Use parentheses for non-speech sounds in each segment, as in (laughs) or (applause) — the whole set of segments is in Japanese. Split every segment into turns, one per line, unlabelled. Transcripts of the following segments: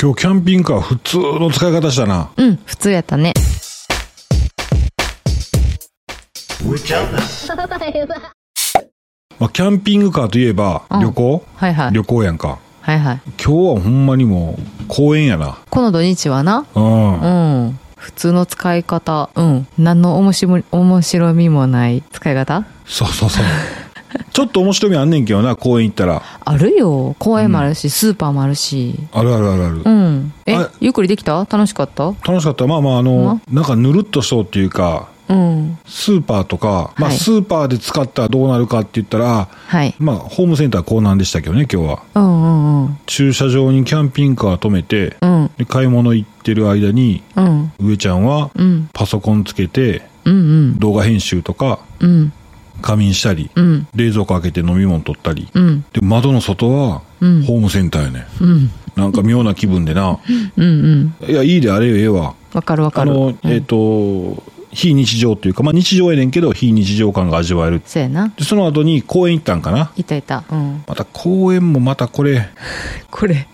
今日キャンピングカー普通の使い方したな。
うん、普通やったね。
まあ、キャンピングカーといえば、
うん
旅行、
はいはい。
旅行やんか。
はいはい。
今日はほんまにもう、公園やな。
この土日はな、
うん。
うん。普通の使い方、うん。何の面白み面白みもない使い方
そうそう (laughs) そう。ちょっと面白みあんねんけどな、公園行ったら。
あるよ。公園もあるし、スーパーもあるし。
あるあるあるある。
うん。え
あ、
ゆっくりできた楽しかった
楽しかった。まあまあ、あの、なんかぬるっとしそうっていうか、
うん。
スーパーとか、まあ、
はい
スーパーで使ったらどうなるかって言ったら、
はい。
まあ、ホームセンターこうなんでしたけどね、今日は。
うんうんうん。
駐車場にキャンピングカー止めて、
うん。
で買い物行ってる間に、
うん。
上ちゃんは
うん。
パソコンつけて、
うんうん。
動画編集とか、
うん。
仮眠したり、
うん。
冷蔵庫開けて飲み物取ったり。
うん。
で、窓の外は、
うん
ホームセンターやね。
うん。
なんか妙な気分でな。
うんうん。
いや、いいであれよ、ええわ。
わかるわか
あ
る。
の、えっ、と、非日常というか、まあ日常やねんけど、非日常感が味わえる。
そうやな。
で、その後に公園行ったんかない
たいた。うん。
また公園もまたこれ、
これ。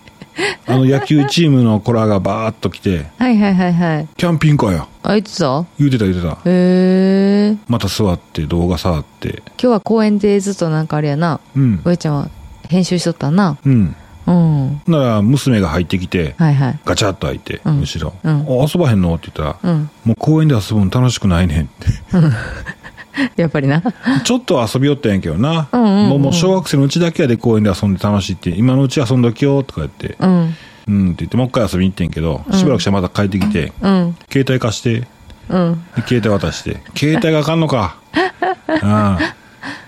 あの野球チームの子らがバーっと来て、
はいはいはいはい。
キャンピングカーや。
あ、いつだ
言うてた言うてた。
へえ。
ま
今
た座って動画触って。
日は公園でずっとなんかあれやな。
うん。
上ちゃんは編集しとったな。
うん。
うん。
なら、娘が入ってきて、
はいはい。
ガチャッと開いて、
うん
後ろ、
うん
あ遊ばへんのって言ったら、
うん。
もう公園で遊ぶの楽しくないねんって。
(laughs)
(laughs)
やっぱりな。
ちょっとは遊びよったんやけどな。
うんうんうん
もうもう小学生のうちだけやで公園で遊んで楽しいって、今のうち遊んどきよとか言って、
うん。
うんって言って、もう一回遊びに行ってんけど、しばらくしてまた帰ってきて、
うん。
携帯貸して、
うん。
で携帯渡して、携帯があかんのか。
(laughs)
あ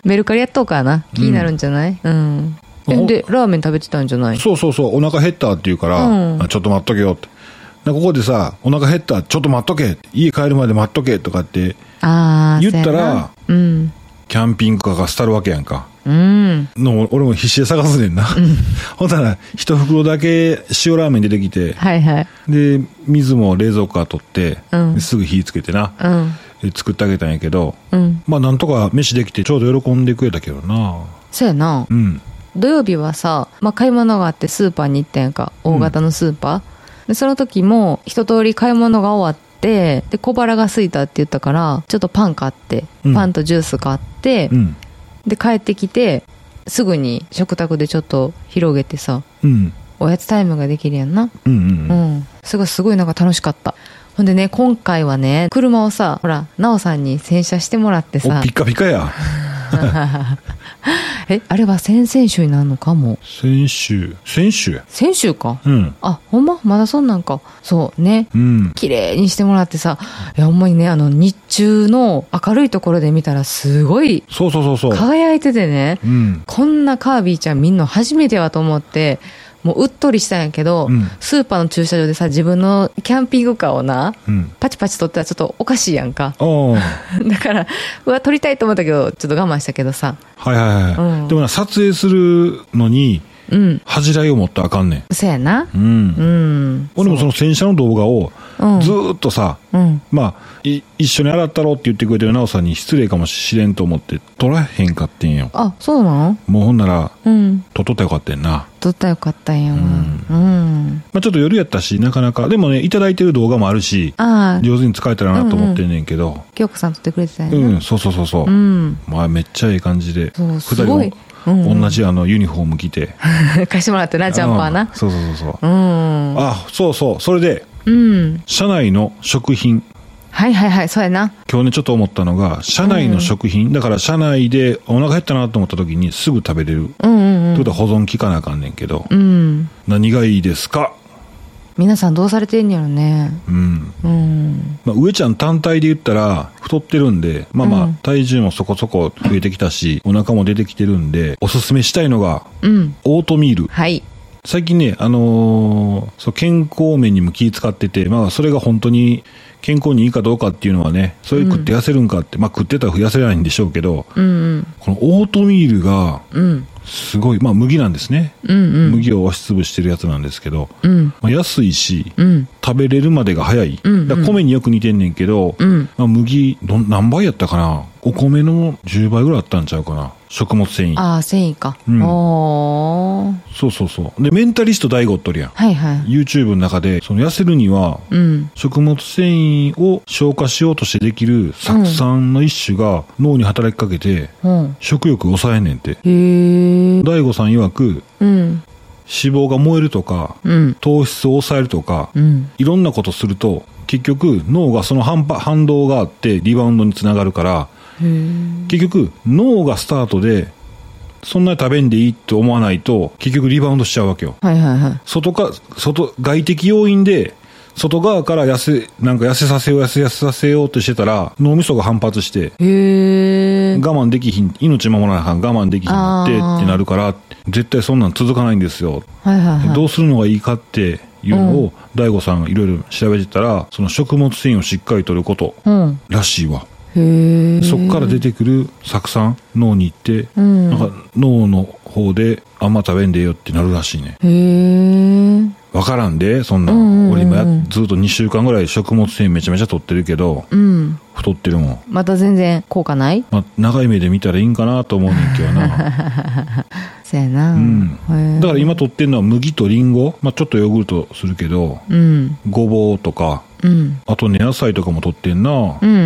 メルカリやっとうからな。気になるんじゃないうん。
ほ
え
ん
で、ラーメン食べてたんじゃない
そうそうそう、お腹減ったって言うから、
うん
あちょっと待っとけよって。でここでさ、お腹減った、ちょっと待っとけって家帰るまで待っとけとかって、
ああ、
言ったら
そうやなうん。
キャンピングカーが廃るわけやんか。
うん。
の俺も必死で探すねんな。 (laughs) ほんなら、一袋だけ塩ラーメン出てきて、
はいはい。
で、水も冷蔵庫から取って、
うん
ですぐ火つけてな、
うん。
で作ってあげたんやけど、
うん。
まあなんとか飯できてちょうど喜んでくれたけどな。
そうやな
う。ん。
土曜日はさ、まあ、買い物があってスーパーに行ったやんか大型のスーパー、でその時も一通り買い物が終わってで小腹が空いたって言ったからちょっとパン買って、
うん
パンとジュース買って、
うん。
で帰ってきてすぐに食卓でちょっと広げてさ
うん。
おやつタイムができるやんな
うんう
うんんすごいすごいなんか楽しかったほんでね今回はね車をさほら奈緒さんに洗車してもらって
うん。お、
さ
ピッカピカや。
えあれは先々週になるのかも
先週、先週や。
先週か
うん。
あほんままだそんなんかそうね
うん。
綺麗にしてもらってさいやほんまにねあの日中の明るいところで見たらすごい
そうそうそうそう。
輝いててね
うん。
こんなカービィちゃん見んの初めてやと思ってもううっとりしたんやけど、
うん
スーパーの駐車場でさ自分のキャンピングカーをな
うん。
パチパチ撮ったらちょっとおかしいやんか (laughs)
おー。
だからうわ撮りたいと思ったけどちょっと我慢したけどさ
はいはいはい。
うん
でもな、撮影するのに、
うん
恥じらいを持ったらあかんね。
そやなん
うん。
うん
俺もその洗車の動画を
うん、
ずーっとさ、
うん、
まあ、い一緒に洗ったろって言ってくれてる奈緒さんに失礼かもしれんと思って取らへんかってんよ。
あそうなん
もうほんなら、
うん
取っとったらよかったんな。
撮ったらよかったんや
ん
うん
まあちょっと夜やったし、なかなか、でもね、いただいてる動画もあるし、
ああ、
上手に使えたらなと思ってんねんけど、
京子さん撮ってくれてたん
う
や
ん、
な。
そうそうそうそう。
うん。 (laughs)
まあめっちゃいい感じで、
そう、
二
すごい。う
人
ん
も同じあのユニフォーム着て、
貸してもらってな、ジャンパー
うん
な。
そうそうそうそう。
うん。
あ、そうそう、それで、
うん。
社内の食品。
はいはいはい、そうやな。
今日ね、ちょっと思ったのが、社内の食品、だから社内でお腹減ったなと思った時にすぐ食べれる
うんう
っ
んう
てこ
ん。
とは保存効かなあかんねんけど、
うん。
何がいいですか
皆さんどうされてんやろね。
うん。
うん。
まあ、上ちゃん単体で言ったら、太ってるんで、まあま
う
あ
ん、
体重もそこそこ増えてきたし、お腹も出てきてるんで、おすすめしたいのが、
うん。
オートミール。
はい。
最近ね、あのーそう、健康面にも気使ってて、まあ、それが本当に健康にいいかどうかっていうのはね、それ食って痩せるんかって、まあ、食ってたら痩せないんでしょうけど、
うん
このオートミールが、
うん。うん。
すごい、まあ、麦なんですね。
うんうん。
麦を押しつぶしてるやつなんですけど、
うん。
まあ、安いし、
うん。
食べれるまでが早い。
うんうん
だから米によく似てんねんけど、
うん
まあ、麦どん、何倍やったかなお米の10倍ぐらいあったんちゃうかな食物繊維。
ああ繊維か、
うん
おー
そうそうそう。で、メンタリスト大悟っとるやん。
はいはい
YouTube の中で、その痩せるには、
うん
食物繊維を消化しようとしてできる酢酸の一種が脳に働きかけて、
うん
食欲を抑えんねんて。
へえ
大悟さん曰く、
うん
脂肪が燃えるとか、
うん
糖質を抑えるとか、
うん
いろんなことすると、結局脳がその反発反動があってリバウンドにつながるから、
へえ
結局脳がスタートで、そんなに食べんでいいって思わないと、結局リバウンドしちゃうわけよ。
はいはいはい
外か、外、外的要因で、外側から痩せ、なんか痩せさせよう、痩せ、痩せさせようとしてたら、脳みそが反発して、
へえ
我慢できひん、命守らなあかん、我慢できひんなって、っ
あー
てなるから、絶対そんなん続かないんですよ。
はいはいはい
どうするのがいいかっていうのを、大悟さんがいろいろ調べてたら、その食物繊維をしっかりとること
うん
らしいわ。
へえ
そこから出てくる酢酸、脳に行って、
うん
なんか脳の方で、あんま食べんでええよってなるらしいね。
へえ
わからんで、そんな、
うんうんうんうん
俺今やずっと2週間ぐらい食物繊維めちゃめちゃ取ってるけど、
うん
太ってるもん。
また全然効果ない
まあ、長い目で見たらいいんかなと思うねんけど
(laughs)
な。
そうやな、
うん
へえ
だから今取ってるのは麦とリンゴ、まあちょっとヨーグルトするけど、
うん
ごぼうとか、
うん
あとね野菜とかも取ってんな
うん
う
う。んう
ん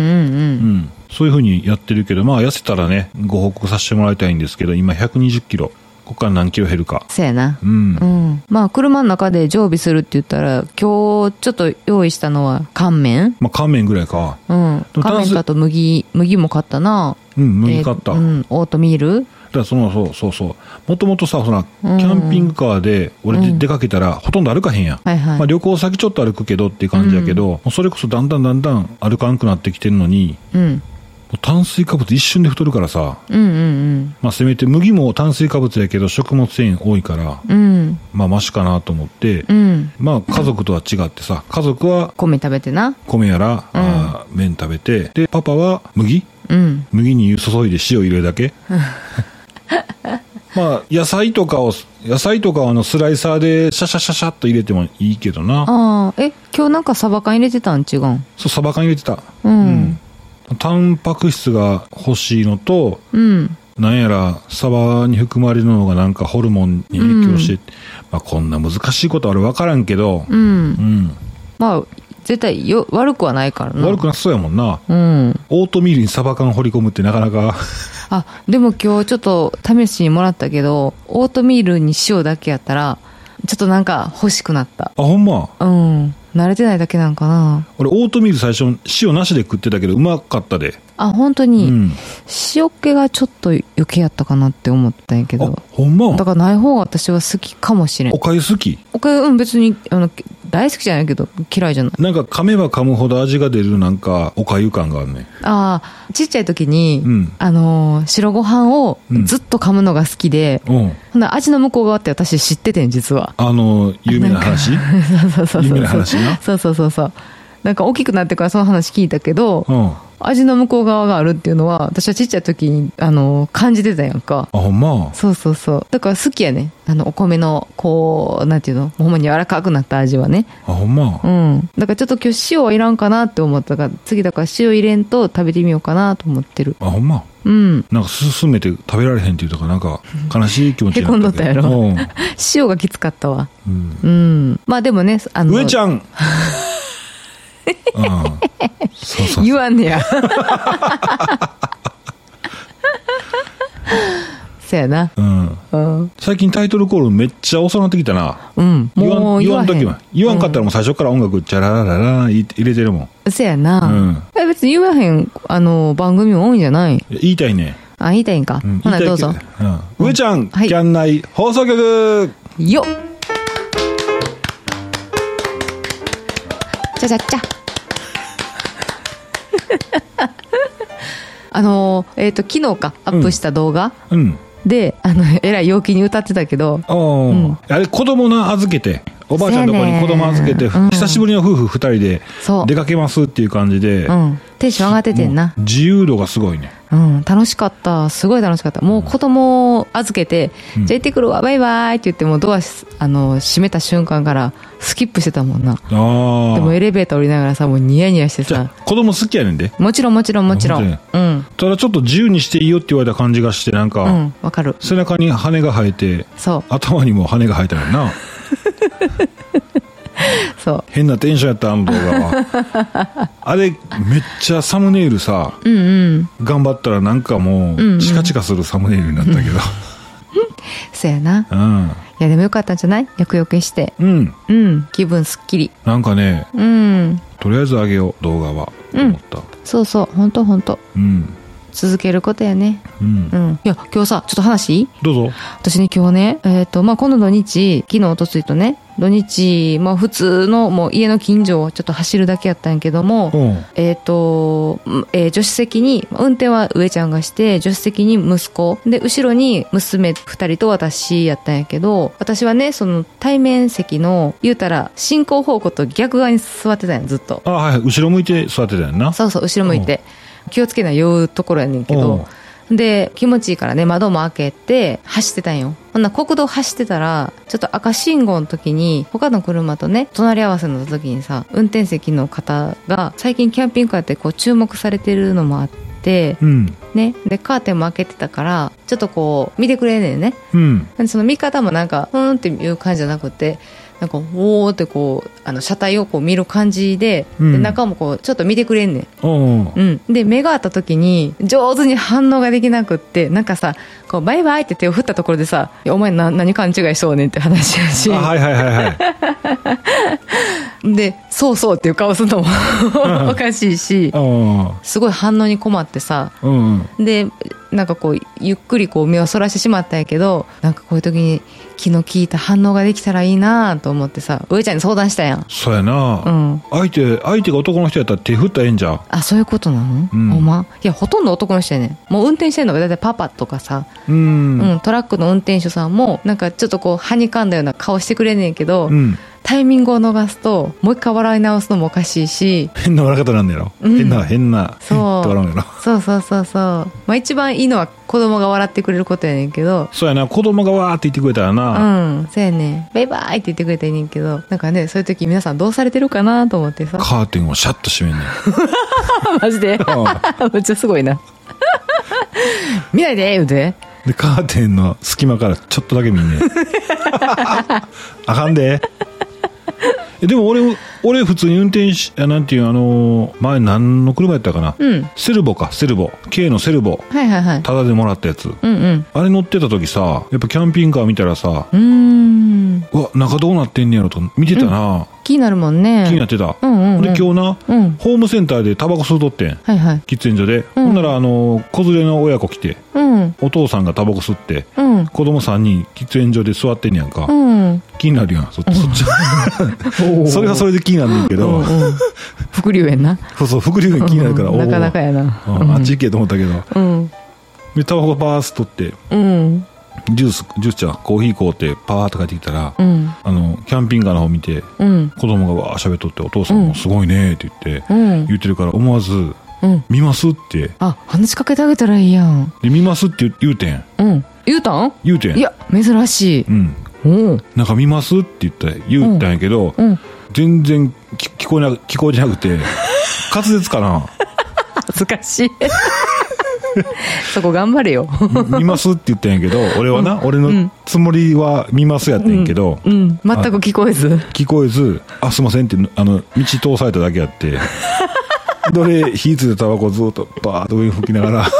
ん。そういうふうにやってるけど、まあ痩せたらね、ご報告させてもらいたいんですけど、今120キロ。ここから何キロ減るか。
そうやな
うん
う。ん、まあ車の中で常備するって言ったら今日ちょっと用意したのは乾麺
まあ乾麺ぐらいか。
うん
でも炭
乾
水
麺とあと麦麦も買ったな
うん、麦買った。
えーうんオートミー
だ
ル
からそのそうそうそうもともとさそのキ
うん
ャンピングカーで俺で、
うん
出かけたらほとんど歩かへんやん、
はいはい、
まあ、旅行先ちょっと歩くけどっていう感じやけど、もうそれこそだんだんだんだん歩かんくなってきてるのに
うん、
もう炭水化物一瞬で太るからさ
うんうん
まあせめて麦も炭水化物やけど食物繊維多いから
うんうん
まあマシかなと思って、
うん
まあ家族とは違ってさ家族は
米食べてな
米やら、あー麺食べてでパパは麦
うん
麦に注いで塩入れるだ
(laughs)
けまあ野菜とかを野菜とかはあのスライサーでシャシャシャシャっと入れてもいいけどな
ああえ今日なんかサバ缶入れてたん違うん
そうサバ缶入れてた
うん
タンパク質が欲しいのと
うん
なんやらサバに含まれるのがなんかホルモンに影響して、まあ、こんな難しいことは俺分からんけど
うん、
うん、
まあ絶対よ悪くはないからな
悪くなさそうやもんな
うん
オートミールにサバ缶掘り込むってなかなか
あでも今日ちょっと試しにもらったけどオートミールに塩だけやったらちょっとなんか欲しくなった
あほんま
うん慣れてないだけなんかな
俺オートミール最初塩なしで食ってたけどうまかったで
あ本当
う
に、
ん
塩気がちょっと余計やったかなって思ったんやけ
あ
ど
ほんま
だからない方が私は好きかもしれん
おかゆ好き
おかゆうん別にあの大好きじゃないけど嫌いじゃない
なんか噛めば噛むほど味が出るなんかおかゆ感があるね
ああちっちゃい時に、
うん
あのー白ご飯を
うん
ずっと噛むのが好きで、
うん
ほんなら味の向こう側って私知っててん実
(laughs)
は
あの有名な話
そうそうそうそう。
有名な話な
そうそうそうそう。なんか大きくなってからその話聞いたけど、
うんあ
味の向こう側があるっていうのは、私はちっちゃい時に、あの、感じてたやんか。
ほんま
そうそうそう。だから好きやね。あの、お米の、こう、なんていうの、ほんまに柔らかくなった味はね。
あほんま
うん。だからちょっと今日塩はいらんかなって思ったから、次だから塩入れんと食べてみようかなと思ってる。
あほんま
うん。 (laughs)
なんか進めて食べられへんっていうとかなんか悲しい気持ちになけど
へこ
うん
んどった塩がきつかったわ。
うん
うん。まあでもね、あの、
上ちゃんうんそうそう
言わん
(laughs)
ねや。そやな。
うん
うん。
最近タイトルコールめっちゃ遅なってきたな
うん。もう
言
言
わ
わ
ん
へ
時は言わんかったらもう最初から音楽チャララララ入れてるもん
ん。そやな。
うん
え別に言わへん、あの、番組も多いんじゃない
いや言いたいね
あ、言いたいんか。
うん
ほな、
言い
ど
た
う
いけ
ぞ。
うん上ちゃん、
はい
キャン内放送局
よっちゃちゃちゃ。 (laughs) あの、えっ、と、昨日か、アップした動画
うん。
で、あの、えらい陽気に歌ってたけど、
ああ、
ん
あれ、子供な預けて、おばあちゃんのとこに子供預けて、
せやねんうん
久しぶりの夫婦二人で
そう
出かけますっていう感じで、
うん、テンション上がっててんな
もう自由度がすごいね。
うん、楽しかった。すごい楽しかった。もう子供を預けて、
うん
じゃあ行ってくるわ、バイバイって言って、もうドアし、あの、閉めた瞬間から、スキップしてたもんな。
あ
でもエ
あ。
レベーター降りながらさ、もうニヤニヤして
じゃ
さ、
あ、子供好きやねんで。
もちろんもちろんもちろん。
本
うん。
ただちょっと自由にしていいよって言われた感じがして、なんか、
うん、わかる。
背中に羽が生えて、
そう、
頭にも羽が生えたよな。
そ
変なテンションやった、あの動画は。
(laughs)
あれ、めっちゃサムネイルさ、
う。うんうん。
頑張ったらなんかも
うんうん
う、チカチカするサムネイルになったけど。
そやな。
うん。
いや、でもよかったんじゃないよくよくして。
うん。
うん、気分すっきり。
なんかね、
うん。
とりあえずあげよう、動画は。
うん
思った。
そうそう、ほんとほんと。
うん。
続けることやね。
うん
う。ん。いや、今日さ、ちょっと話いい
どうぞ。
私ね、今日ね、えっ、と、まあ、今度土日、昨日、おとついとね、土日、まあ、普通の、もう家の近所をちょっと走るだけやったんやけども、
うん。
えっ、と、うんえー助手席に、運転は上ちゃんがして、助手席に息子、で、後ろに娘二人と私やったんやけど、私はね、その対面席の、言うたら、進行方向と逆側に座ってたんや、ずっと。
あはい、後ろ向いて座ってたよな。
そうそう、後ろ向いて。気をつけな酔うところやねんけど。で気持ちいいからね窓も開けて走ってたんよほんなら国道走ってたらちょっと赤信号の時に他の車とね隣り合わせの時にさ運転席の方が最近キャンピングカーってこう注目されてるのもあって
うん。うん。
ねでカーテンも開けてたからちょっとこう見てくれんねんね
うん。
でその見方もなんかふーんっていう感じじゃなくてなんかおーってこうあの車体をこう見る感じで,、
うん
で中もこうちょっと見てくれんねん
おう
うん、で目が合った時に上手に反応ができなくってなんかさこうバイバイって手を振ったところでさ「いやお前な何勘違いしそうねん」って話やし、
あはいはいはいはい。
(laughs) で「そうそう」っていう顔するのも (laughs) おかしいし
あ
すごい反応に困ってさ
あ。うんうん。
でなんかこうゆっくりこう目をそらしてしまったんやけどなんかこういう時に気の利いた反応ができたらいいなと思ってさ上ちゃんに相談したやん。
そうやな。
うん
相手、相手が男の人やったら手振ったらええんじゃん。
あそういうことなの、
うん
ほんまいやほとんど男の人やねんもう運転してんのがだいたいパパとかさ
うん。
うん、トラックの運転手さんもなんかちょっとこうはにかんだような顔してくれんねんけど、
うん
タイミングを逃すともう一回笑い直すのもおかしいし
変な笑い方なんだよ。
うん
変な、変な。
そう
へんって笑うんやろ。
そうそうそうそうまあ一番いいのは子供が笑ってくれることやねんけど
そうやな。子供がわーって言ってくれたら
う
な。
んそうやねんバイバイって言ってくれてんねんけどなんかねそういう時皆さんどうされてるかなと思ってさ
カーテンをシャッと閉めんねん。
マジ (laughs) でめっちゃす
(laughs)
ごいな見ないで言うて
で、カーテンの隙間からちょっとだけ見ん
(laughs)
ねん。あかんで。えでも俺、俺普通に運転し、あなんていう、あのー前何の車やったかな。
うん
セルボか、セルボ。K のセルボ。
はいはいはい
タダでもらったやつ。
うんうん
あれ乗ってた時さ、やっぱキャンピングカー見たらさ、
うーん
うわ、中どうなってんねやろと見てたな。
気になるもんね
気になってた。
うんうんうん
で、今日な、
うん
ホームセンターでタバコ吸うとってん。
はいはい
喫煙所で。
うん
ほんなら、あのー子連れの親子来て、
うん
お父さんがタバコ吸って、
うん
子供3人喫煙所で座ってんねやんか。
うん
気になるやん、そそっち。 (laughs) それはそれで気になるねんけ
う
ど、
んうん副流炎な
そうそう、副流煙気になるから、
うん
おー
なかなかやな
うんあっち行けと思ったけど。
うん
で、タバコバース取って、
うん
ジュース、ジュースちゃん、コーヒー買うて、パーって帰ってきたら、
うん
あの、キャンピングカーの方見て、
うん
子供がわー喋っとって、お父さん
うん
もすごいねーって言って、
うん
言ってるから、思わず、
うん
見ますって、
あ話しかけてあげたらいいやん
で、見ますって言う言うてん。
うん言うたん
言うてん。
いや珍しい
うん。
うん
なんか見ますって言った、言ったんやけど、
うん
全然き聞こえな、聞こえてなく
(laughs)
て、滑舌かな
恥ずかしいそこ頑張れよ
み見ますって言ったんやけど、俺はな、俺のつもりは見ますやってんけど、
うん全く聞こえず
聞こえず、あ、すいませんって、あの、道通されただけやっ
(laughs)
て、どれ、火ついたタバコずっとバーッと上に吹きなが
(laughs)
ら、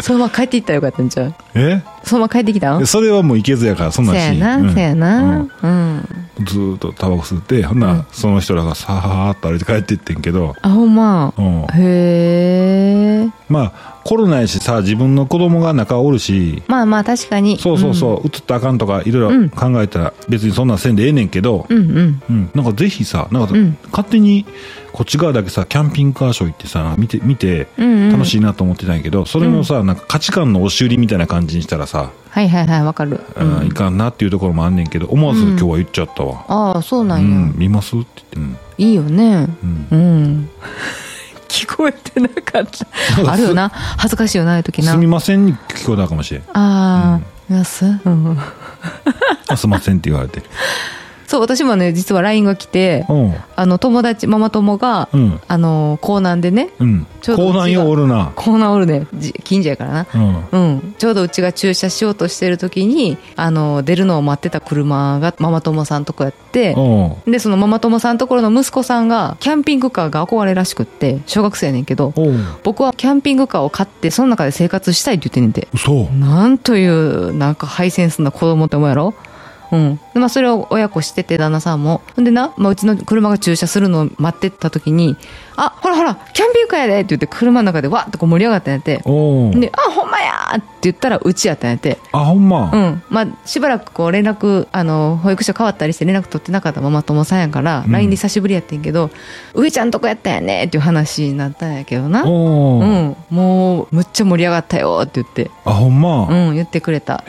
そのまま帰っていったらよかったんちゃう
え
そのまま帰ってきたん
で
そ
それはもういけずやから、そんなん
う
し
やなそうや
う
なんう
う
ん
んずーっとタバコ吸って、ほんなら、その人らがさーっと歩いて帰っていってんけど、
あほんま
うん
へえ
まあ、コロナやしさ自分の子供が中おるし
まあまあ確かに
そうそうそう、う映ったらあかんとかいろ
う
い
ん
ろ考えたら別にそんなんせんでええねんけど、
うん、うんうん
うん、なんかぜひさなんか、
うん
勝手にこっち側だけさキャンピングカーショー行ってさなんか見て見て
うんうん
楽しいなと思ってたんやけど、それもさなんか価値観の押し売りみたいな感じにしたらさ、
はいはいはいわかる、
う
うん
ん、いかんなっていうところもあんねんけど思わず今日は言っちゃったわ、
ああそう
う
なんや、
ん見ますって言って、
いいよね
うん
うん (laughs) 聞こえてなかったあるよな恥ずかしいよなああいう
う
時
ん、
な
すみませんに聞こえたかもしれん
ああ、います、うん、
あすいませんって言われて
そう私もね実は LINE が来て
うん
あの友達ママ友が、
うん
あのー港南でね
うん
ちょうど
高難よおるな
港南おるねじ近所やからな
うん
うん、ちょうどうちが駐車しようとしてる時にあの出るのを待ってた車がママ友さんとこやって
お
でそのママ友さんところの息子さんがキャンピングカーが憧れらしくって小学生やねんけど
おう
僕はキャンピングカーを買ってその中で生活したいって言ってんねんて
そう
なんというなんかハイセンスな子供って思うやろうん。でまあ、それを親子してて、旦那さんも。ほんでな、まあ、うちの車が駐車するのを待ってた時に、あ、ほらほら、キャンピングカーやでって言って、車の中でわーっとこう盛り上がったんやって。
おう
で、あ、ほんまやーって言ったら、うちやったんやって。
あほんま、
うん。まあ、しばらくこう連絡、あの、保育所変わったりして連絡取ってなかったママ友さんやから、
うん
LINE で久しぶりやってんけど、上ちゃんとこやったんやねっていう話になったんやけどな。
おう
うん。もう、むっちゃ盛り上がったよって言って、
あほんま、
うん、言ってくれた。
へ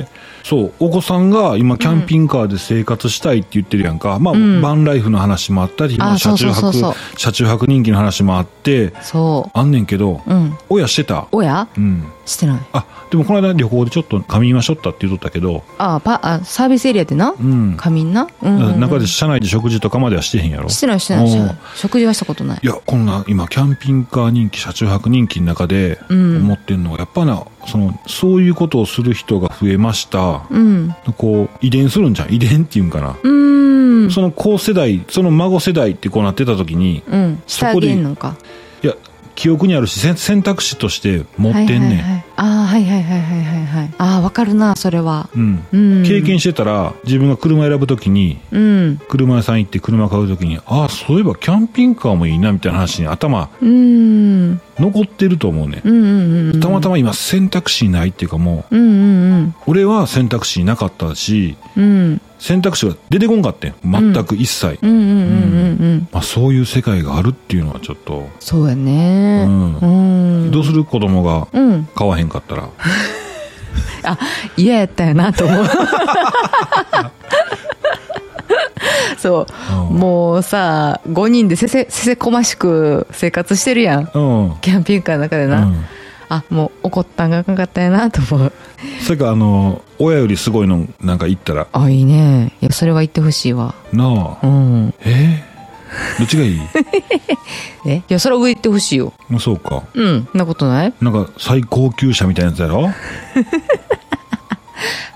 えそうお子さんが今キャンピングカーで生活したいって言ってるやんか、まあ、
ん
バンライフの話もあったり、まあ、車中泊
そうそうそう
車中泊人気の話もあって
そ
あんねんけど、
う。うん。
親してた
親
うん
してない。
あでもこの間旅行でちょっと仮眠はしょったって言っとったけど
あパあ、サービスエリアでな
う。ん
仮眠な。うんうんうん
中で車内で食事とかまではしてへんやろ
してない、してない、してな
お
い。食事はしたことない。
いやこんな今キャンピングカー人気車中泊人気の中で
うん
思ってんのは、やっぱなそのそういうことをする人が増えました、
うん。
こう遺伝するんじゃん遺伝っていうんかな
うーん。
その子世代、その孫世代ってこうなってた時に、
うん。してあげんのか。
いや、記憶にあるし、選選択肢として持ってんねん。
はいはいはい、ああはいはいはいはいはいはいああわかるなそれは
うん。
うん
経験してたら、自分が車選ぶ時に、
うん
車屋さん行って車買う時に、ああ、そういえばキャンピングカーもいいな、みたいな話に頭、
うんうん
残ってると思うね
うんうんうん
ん。たまたま今選択肢ないっていうかも
うんうん
う、俺は選択肢なかったし、
うんうん
選択肢が出てこんかってん。全く一切。
うんうんうんうんうん
まあ、そういう世界があるっていうのはちょっと、
そうやね
う
うん
どうする子供が
うん
買わへんかったら。
あ嫌やったよなと思うそう
うん
もうさ5人でせせせせこましく生活してるやん
うん。
キャンピングカーの中で
う
な、
ん。
あもう怒ったんがあかんかったやなと思う
それか、あの、親よりすごいのなんか言ったら、
あいいねいやそれは言ってほしいわ
な
う
あ、
ん
えーどっちがいい (laughs)
えいやそれは上行ってほしいよ
まあそうか。
うんそんなことない
なんか最高級車みたいなやつやろ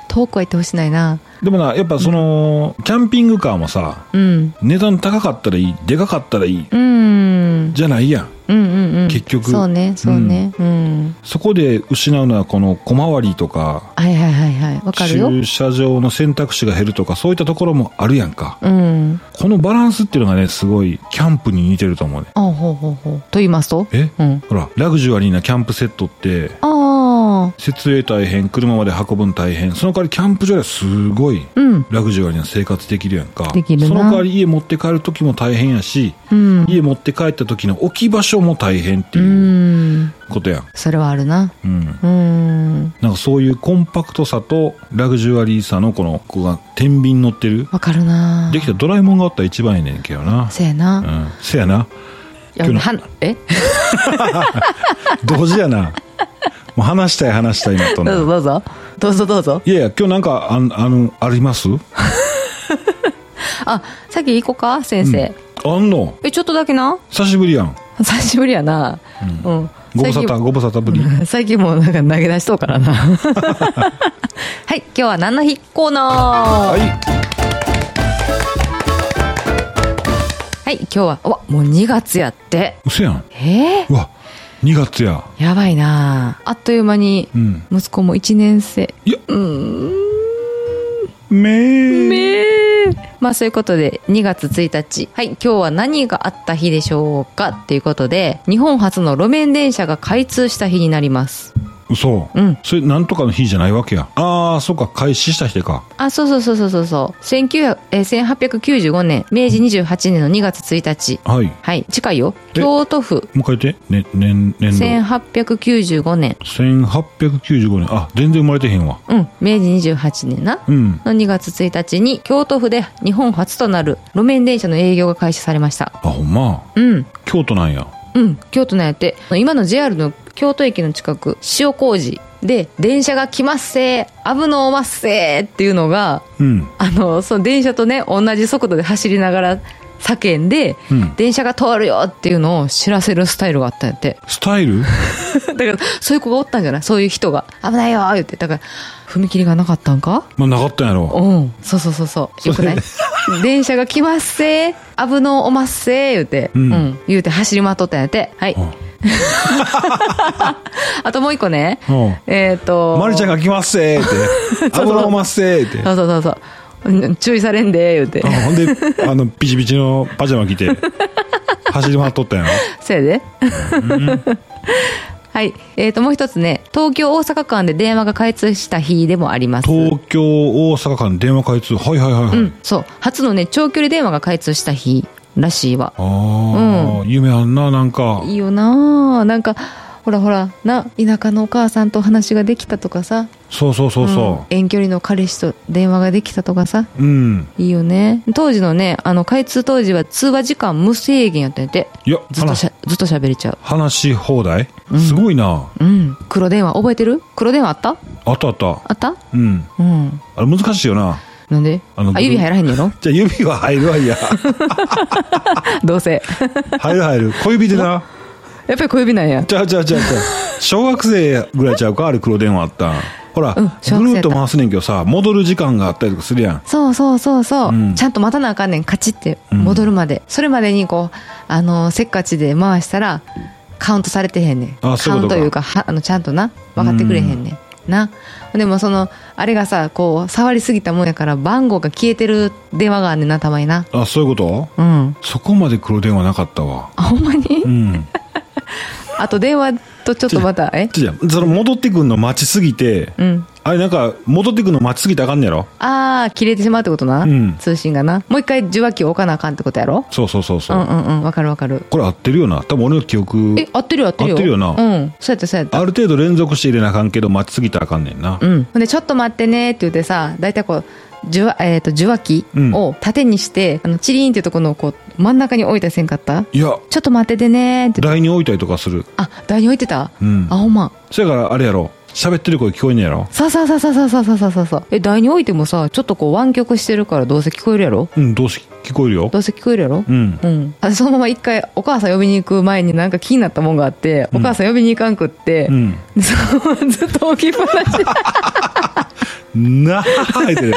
遠くは行ってほしないな
でもな、やっぱその、キャンピングカーもさ、
うん
値段高かったらいい、でかかったらいい、
うんうん
じゃないやん。
うんうん
結局
そうねそうねうん、
そこで失うのはこの小回りとか、
はいはいはいはいわかるよ
駐車場の選択肢が減るとか、そういったところもあるやんか。
うん
このバランスっていうのがね、すごい、キャンプに似てると思うね。
あほうほうほうと言いますと
え
うん
ほら、ラグジュアリーなキャンプセットって、
ああ
設営大変車まで運ぶの大変その代わりキャンプ場ではすごい
うん
ラグジュアリーな生活できるやんか
できるな
その代わり家持って帰る時も大変やし、
うん
家持って帰った時の置き場所も大変って
う
いうんことやん、
それはあるな
うん、
うん
なんかそういうコンパクトさとラグジュアリーさのこのここが天秤に乗ってる
わかるな
できたドラえもんがあったら一番ええねんけどな、
せやな、
うん、せやない
や
今日
はんえ
同時やなもう話したい話したいなとな
どうぞどうぞどうぞどうぞ
いやいや今日なんかあんあのあります
あさっき行こうか先生、
あんの
えちょっとだけな
久しぶりやん
久しぶりやなうん、
ご無沙汰ご無沙汰ぶり (laughs)
最近もうなんか投げ出しそうからなはい今日は何の日コーナーは、
はいい
今日はうわもう2月やって
うせやん。
えー
うわ、2月や。
やばいなあっという間に
うん。
息子も1年生
いや、
うん
めー。
めーまあそういうことで2月1日はい今日は何があった日でしょうかっていうことで日本初の路面電車が開通した日になります
そう、
うん
それなんとかの日じゃないわけやああそうか開始した日か
あそうそうそうそうそうそう1900えー1895年明治28年の2月1日
はい
はい近いよ
え
京都府
もう一回言って、ね、年年度
1895年
1895年あ全然生まれてへんわ
うん明治28年な
うん
の2月1日に京都府で日本初となる路面電車の営業が開始されました
あほんま
うん
京都なんや
うん京都なんやって今の JR の京都駅の近く塩麹で電車が来ますせー危のおますせーっていうのが
うん
あのその電車とね同じ速度で走りながら叫んで、
うん
電車が通るよっていうのを知らせるスタイルがあったんやって
スタイル
だからそういう子がおったんじゃないそういう人が危ないよー言ってだから踏切がなかったんか
まあなかったんやろ
うん、そうそうそうそう。よくない電車が来ますせー、危のおますせー、言うて、
う
うんん、言うて走り回っとったんやって。はい。 (laughs) あともう一個ね。
う
えっ、と。
マリちゃん
が。
が来ますせー
(laughs)
って油をまっせーって
そうそうそうそううん。注意されんで、言うて
あ。ほんであのピチピチのパジャマ着て走り回っと
(laughs)
ったんや
せいで。 (laughs) はい。えっ、と、もう一つね。東京大阪間で電話が開通した日でもあります。
ろ東京大阪間電話開通はいはいはいはい、
うん。そう。初のね、長距離電話が開通した日らしいわ。
ああ、夢あんななんか
いいよなあなんかほらほらな田舎のお母さんとお話ができたとかさ
そうそうそう
うん
そ
遠距離の彼氏と電話ができたとかさ
ううん、
いいよね当時のねあの開通当時は通話時間無制限やったんやて
いや
ずっと
話
しゃずっと喋れちゃう
話し放題、すごいな
うん黒電話覚えてる黒電話あった
あったあった
あった
うん
うん
あれ難しいよな
なんで
あの
あ指入らへんのや
(laughs)
ろ
じゃあ指は入るわ
(laughs)
いや
どうせ
入る入る小指でな
(laughs) やっぱり小指なんや
ちゃうちゃうちゃうちゃう小学生ぐらいちゃうかあれ黒電話あったんほら、
うん小学
ぐ
生やった
るっと回すねんけどさ戻る時間があったりとかするやん
そうそうそうそう、
うん
ちゃんと待たなあかんねんカチって戻るまで、それまでにこうあのせっかちで回したらカウントされてへんねん
あそういうこと
カウン
か
トいうかはあのちゃんとな分かってくれへんねんなでもそのあれがさこう触りすぎたもんやから番号が消えてる電話があんねんなたまにな
あそういうこと
うん
そこまで黒電話なかったわ
あほんまに、
うん
あと電話とちょっとまたえ
じゃあその戻ってくんの待ちすぎて、
うん
あれなんか戻ってくんの待ちすぎてあかんねやろ
ああ切れてしまうってことな、
うん
通信がなもう一回受話器を置かなあかんってことやろ
そうそうそう
う
そう、
んうんうんわかるわかる
これ合ってるよな多分俺の記憶
え合ってるよ合ってるよ
合ってるよな
うんそうやったそうやった
ある程度連続して入れなあかんけど待ちすぎたらあかんねんな、
うん、ほんでちょっと待ってねって言ってさ大体こう受話,、えー、と受話器
うん
を縦にして、あのチリーンっていうところをこう真ん中に置いたりせんかった
いや
ちょっと待っててねーって
台に置いたりとかする
あ台に置いてた、
うん
あほんま
そやからあれやろ喋ってる声聞こえんねやろ
さあさあさあさあさあさあさあさあさあえ台に置いてもさちょっとこう湾曲してるからどうせ聞こえるやろ
うんどうし聞こえるよ
どうせ聞こえるやろ
うん
うん、あそのまま一回お母さん呼びに行く前になんか気になったもんがあって、お母さん呼びに行かんくって、
うん
でそのままずっと置きっぱ
(laughs)
なし
なあ言うてる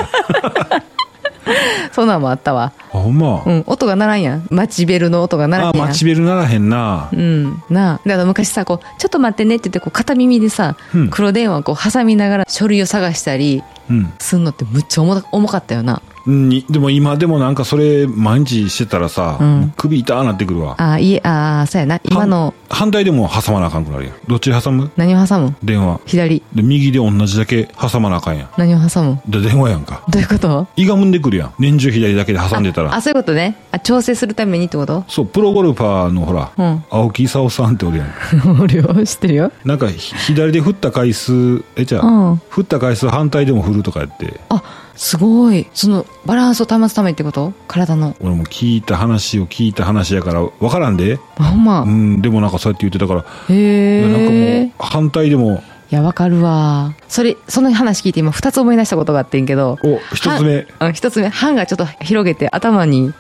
そんなんもあったわ
あ (laughs) ほんま、
うん、音が鳴らんやん。待ちベルの音が鳴らん
あ
やん。
待ちベルならへんな
うん。なあ。だから昔さ、こう、ちょっと待ってねって言って、こう、片耳でさ、
うん
黒電話をこう、挟みながら書類を探したり、
うん
すんのってむっちゃ重た重かったよな。
にでも今でもなんかそれ毎日してたらさ、
うん
もう首痛ーなってくるわ
ああ、いえ、ああ、そうやな。今の、
反反対でも挟まなあかんくなるやんどっち挟む
何を挟む
電話
左。
で右で同じだけ挟まなあかんやん
何を挟む
で電話やんか
どういうこと
いがむんでくるやん年中左だけで挟んでたら
あ、そういうことね。あ、調整するためにってこと
そうプロゴルファーのほら、 (laughs)
うん
青木功さんっておるやん
俺よ、知ってるよ。
なんかひ左で振った回数えじゃあ、
うん
振った回数反対でも振るとかやって
あ、すごい。その、バランスを保つためってこと体の。
俺も聞いた話を聞いた話やから分からんで、
あほんま。
うん、でもなんかそうやって言ってたから、
へえ。
なんかもう反対でも
いや、わかるわ。それ、その話聞いて今二つ思い出したことがあってんけど。
お一つ目
は。うん、一つ目。半がちょっと広げて
(laughs)
頭に、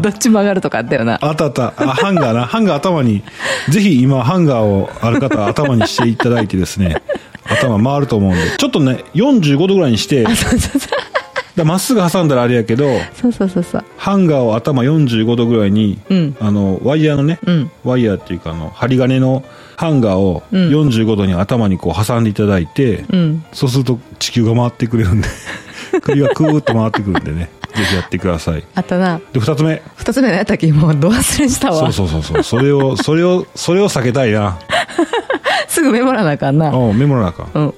どっち曲がるとかあったよな。
あったあったあハンガーな (laughs) ハンガー頭にぜひ今ハンガーをある方頭にしていただいてですね頭回ると思うんでちょっとね45度ぐらいにしてだか
そうそうそう
らまっすぐ挟んだらあれやけど
そうそうそうそう。
ハンガーを頭45度ぐらいに、
うん
あのワイヤーのね、
うん
ワイヤーっていうかあの針金のハンガーを
ん
45度に頭にこう挟んでいただいて、
うん。 (laughs)
そうすると地球が回ってくれるんで首がクーッと回ってくるんでねぜひやってください。
あったな
で、二つ目。
二つ目何やったっけもうド忘れしたわ
そうそうそうそう。それを、それを、それを避けたいな。
すぐメモらなあかんな
うん、メモらなあかん。
うん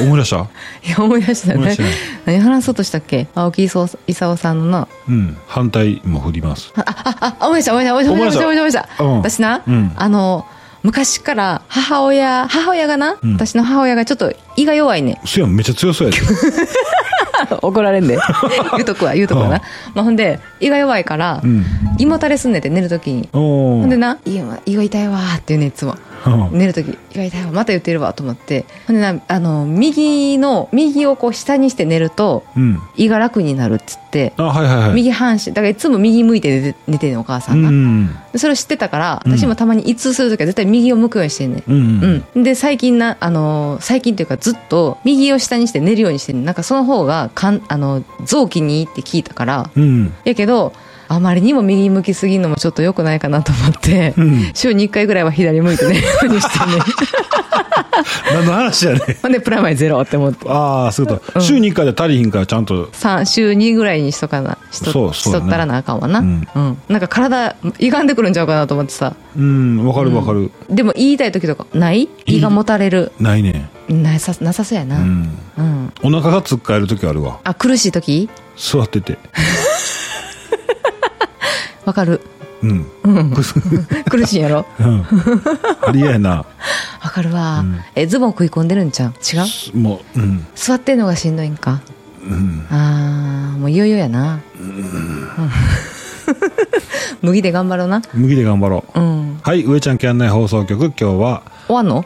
思い思い出した
いや思い出した
思い出
ね
したね
何話そうとしたっけ青木功勲さんのな
うん。反対も振ります。
あ、あ、思い出した、思い出した、思い出した、思い出した、
思い
思い
出
出
し
したた。
うんうん
私な、あの、昔から母親、母親がな、
うん。
私の母親がちょっと胃が弱いね
そやん、めっちゃ強そうやで。 (laughs)
怒られんで。 (laughs) 言うとくわ、言うとくわ
うん
な。まあ、ほんで、胃が弱いから、
うん。
胃もたれすんねんて、寝るときに。
お
ほ
ー
んでな、胃は胃が痛いわーっていうね、いつも。
うん
寝るとき、胃が痛いわ、また言ってるわ、と思って。ほんでな、あの、右の、右をこう下にして寝ると、
うん。
胃が楽になるっつって、
あ、はいはいはい。
右半身、だからいつも右向いて寝て寝てんの、お母さ
うんん
が
う。ん
でそれを知ってたから
うん
私もたまに胃痛するときは絶対右を向くようにしてんね、
うん。うんうん。
うん、で最近な、あのー最近というかずっと右を下にして寝るようにしてんねなんかその方がかん、あの臓器にいいって聞いたから
うん。
やけどあまりにも右向きすぎるのもちょっと良くないかなと思って、
うん
週に1回ぐらいは左向いて
(laughs)
寝るようにしてね
何の話やねん。
ほんでプラマイゼロって思って
ああ、そういうこと。週に1回で足りひんから、ちゃんと。
3週2ぐらいにしとかなしと
そうそうだね
しとったらなあかんわな、
う
うんんなんか体歪んでくるんちゃうかなと思ってさ
うん、わかるわかる。
でも言いたい時とかない胃がもたれる
ないね。
なさなさそうや
う
な、うん
ん。お腹がつっかえる時あるわ。
あ苦しい時
座ってて。
わかる
(laughs) うん。
(laughs) 苦しいんやろ
うん。ありえんな。
わかるわ、
うん
えズボン食い込んでるんちゃう違う
すもう、うん。
座ってんのがしんどいんか
うん。
あーもういよいよやな、 (laughs) うん麦で頑張ろうな
麦で頑張ろう。
うん
はい、上ちゃんキャン内放送局、今日は、
終わんの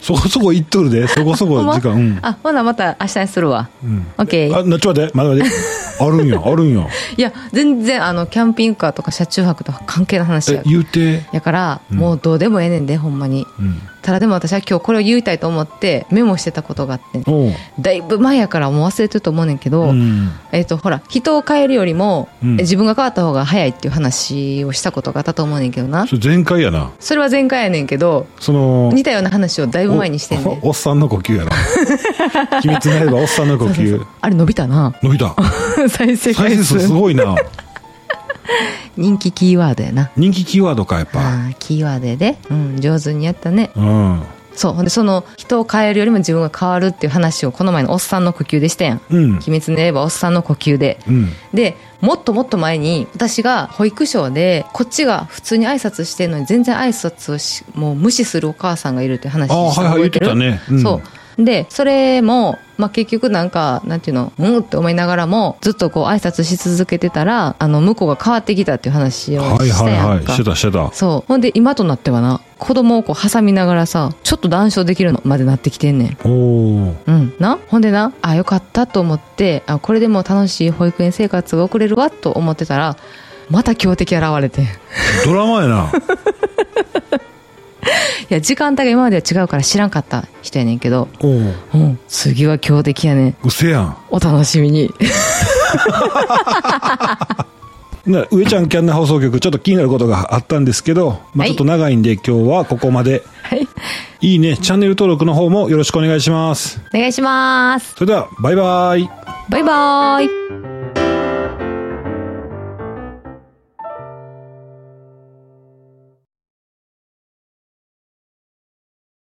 そこそこ行っとるで、そこそこ時間。うん。
あ (laughs) ほなまた明日にするわ
うん。
オッケー
あ、な、ちょ、待って、待って、待って。あ
(laughs)
るんや、あるんや。
いや全然あのキャンピングカーとか車中泊とか関係の話
え
や、
言うて、
やから、
うん
もうどうでもええねんでほんまに
うん。
ただでも私は今日これを言いたいと思ってメモしてたことがあってん
おう。
だいぶ前やからもう忘れてると思うねんけど、
うん。
えっとほら人を変えるよりも、
うん
自分が変わった方が早いっていう話をしたことがあったと思うねんけどな
それ全開やな。
それは前回やねんけど
その、
似たような話をだいぶ前にしてんねん
おおっさんの呼吸
(laughs)
やな秘密になればおっさんの呼
そうそうそ
吸
うあれ伸びたな (laughs)
伸びた
再
再
生回
生数す
数
ごい
(laughs)
な
人気キーワードやな
人気キーワードかやっぱ
あーキーワードやで、うん、上手にやったね
うん
そうほんでその人を変えるよりも自分が変わるっていう話をこの前のおっさんの呼吸でしたやん
うん
鬼滅の刃おっさんの呼吸で
うん
でもっともっと前に私が保育所でこっちが普通に挨拶してるのに全然挨拶をしもう無視するお母さんがいるっていう話
ああ
し
ー
た
はいはい
覚
言
え
って
て
た
る、
ね、うん、
そうでそれも、まあ、結局なんかなんていうのうんって思いながらもずっとこう挨拶し続けてたらあの向こうが変わってきたっていう話を
はい
した
は
やんか、
いはいしてたしてた
そうほんで今となってはな子供をこう挟みながらさちょっと談笑できるのまでなってきてんねん
おお
うん、なほんでなあよかったと思ってあこれでもう楽しい保育園生活が送れるわと思ってたらまた強敵現れて (laughs) い
ドラマや
(laughs)
な
や時間帯が今までは違うから知らんかった人やねんけど、
おお
うん、次は強敵やねん
うせやん
お楽しみに (laughs)
な上ちゃんキャンナー放送局ちょっと気になることがあったんですけど、まあ、
はい
ちょっと長いんで今日はここまで
はい
いいねチャンネル登録の方もよろしくお願いします
お願いします
それではバイバイ
バイバーイ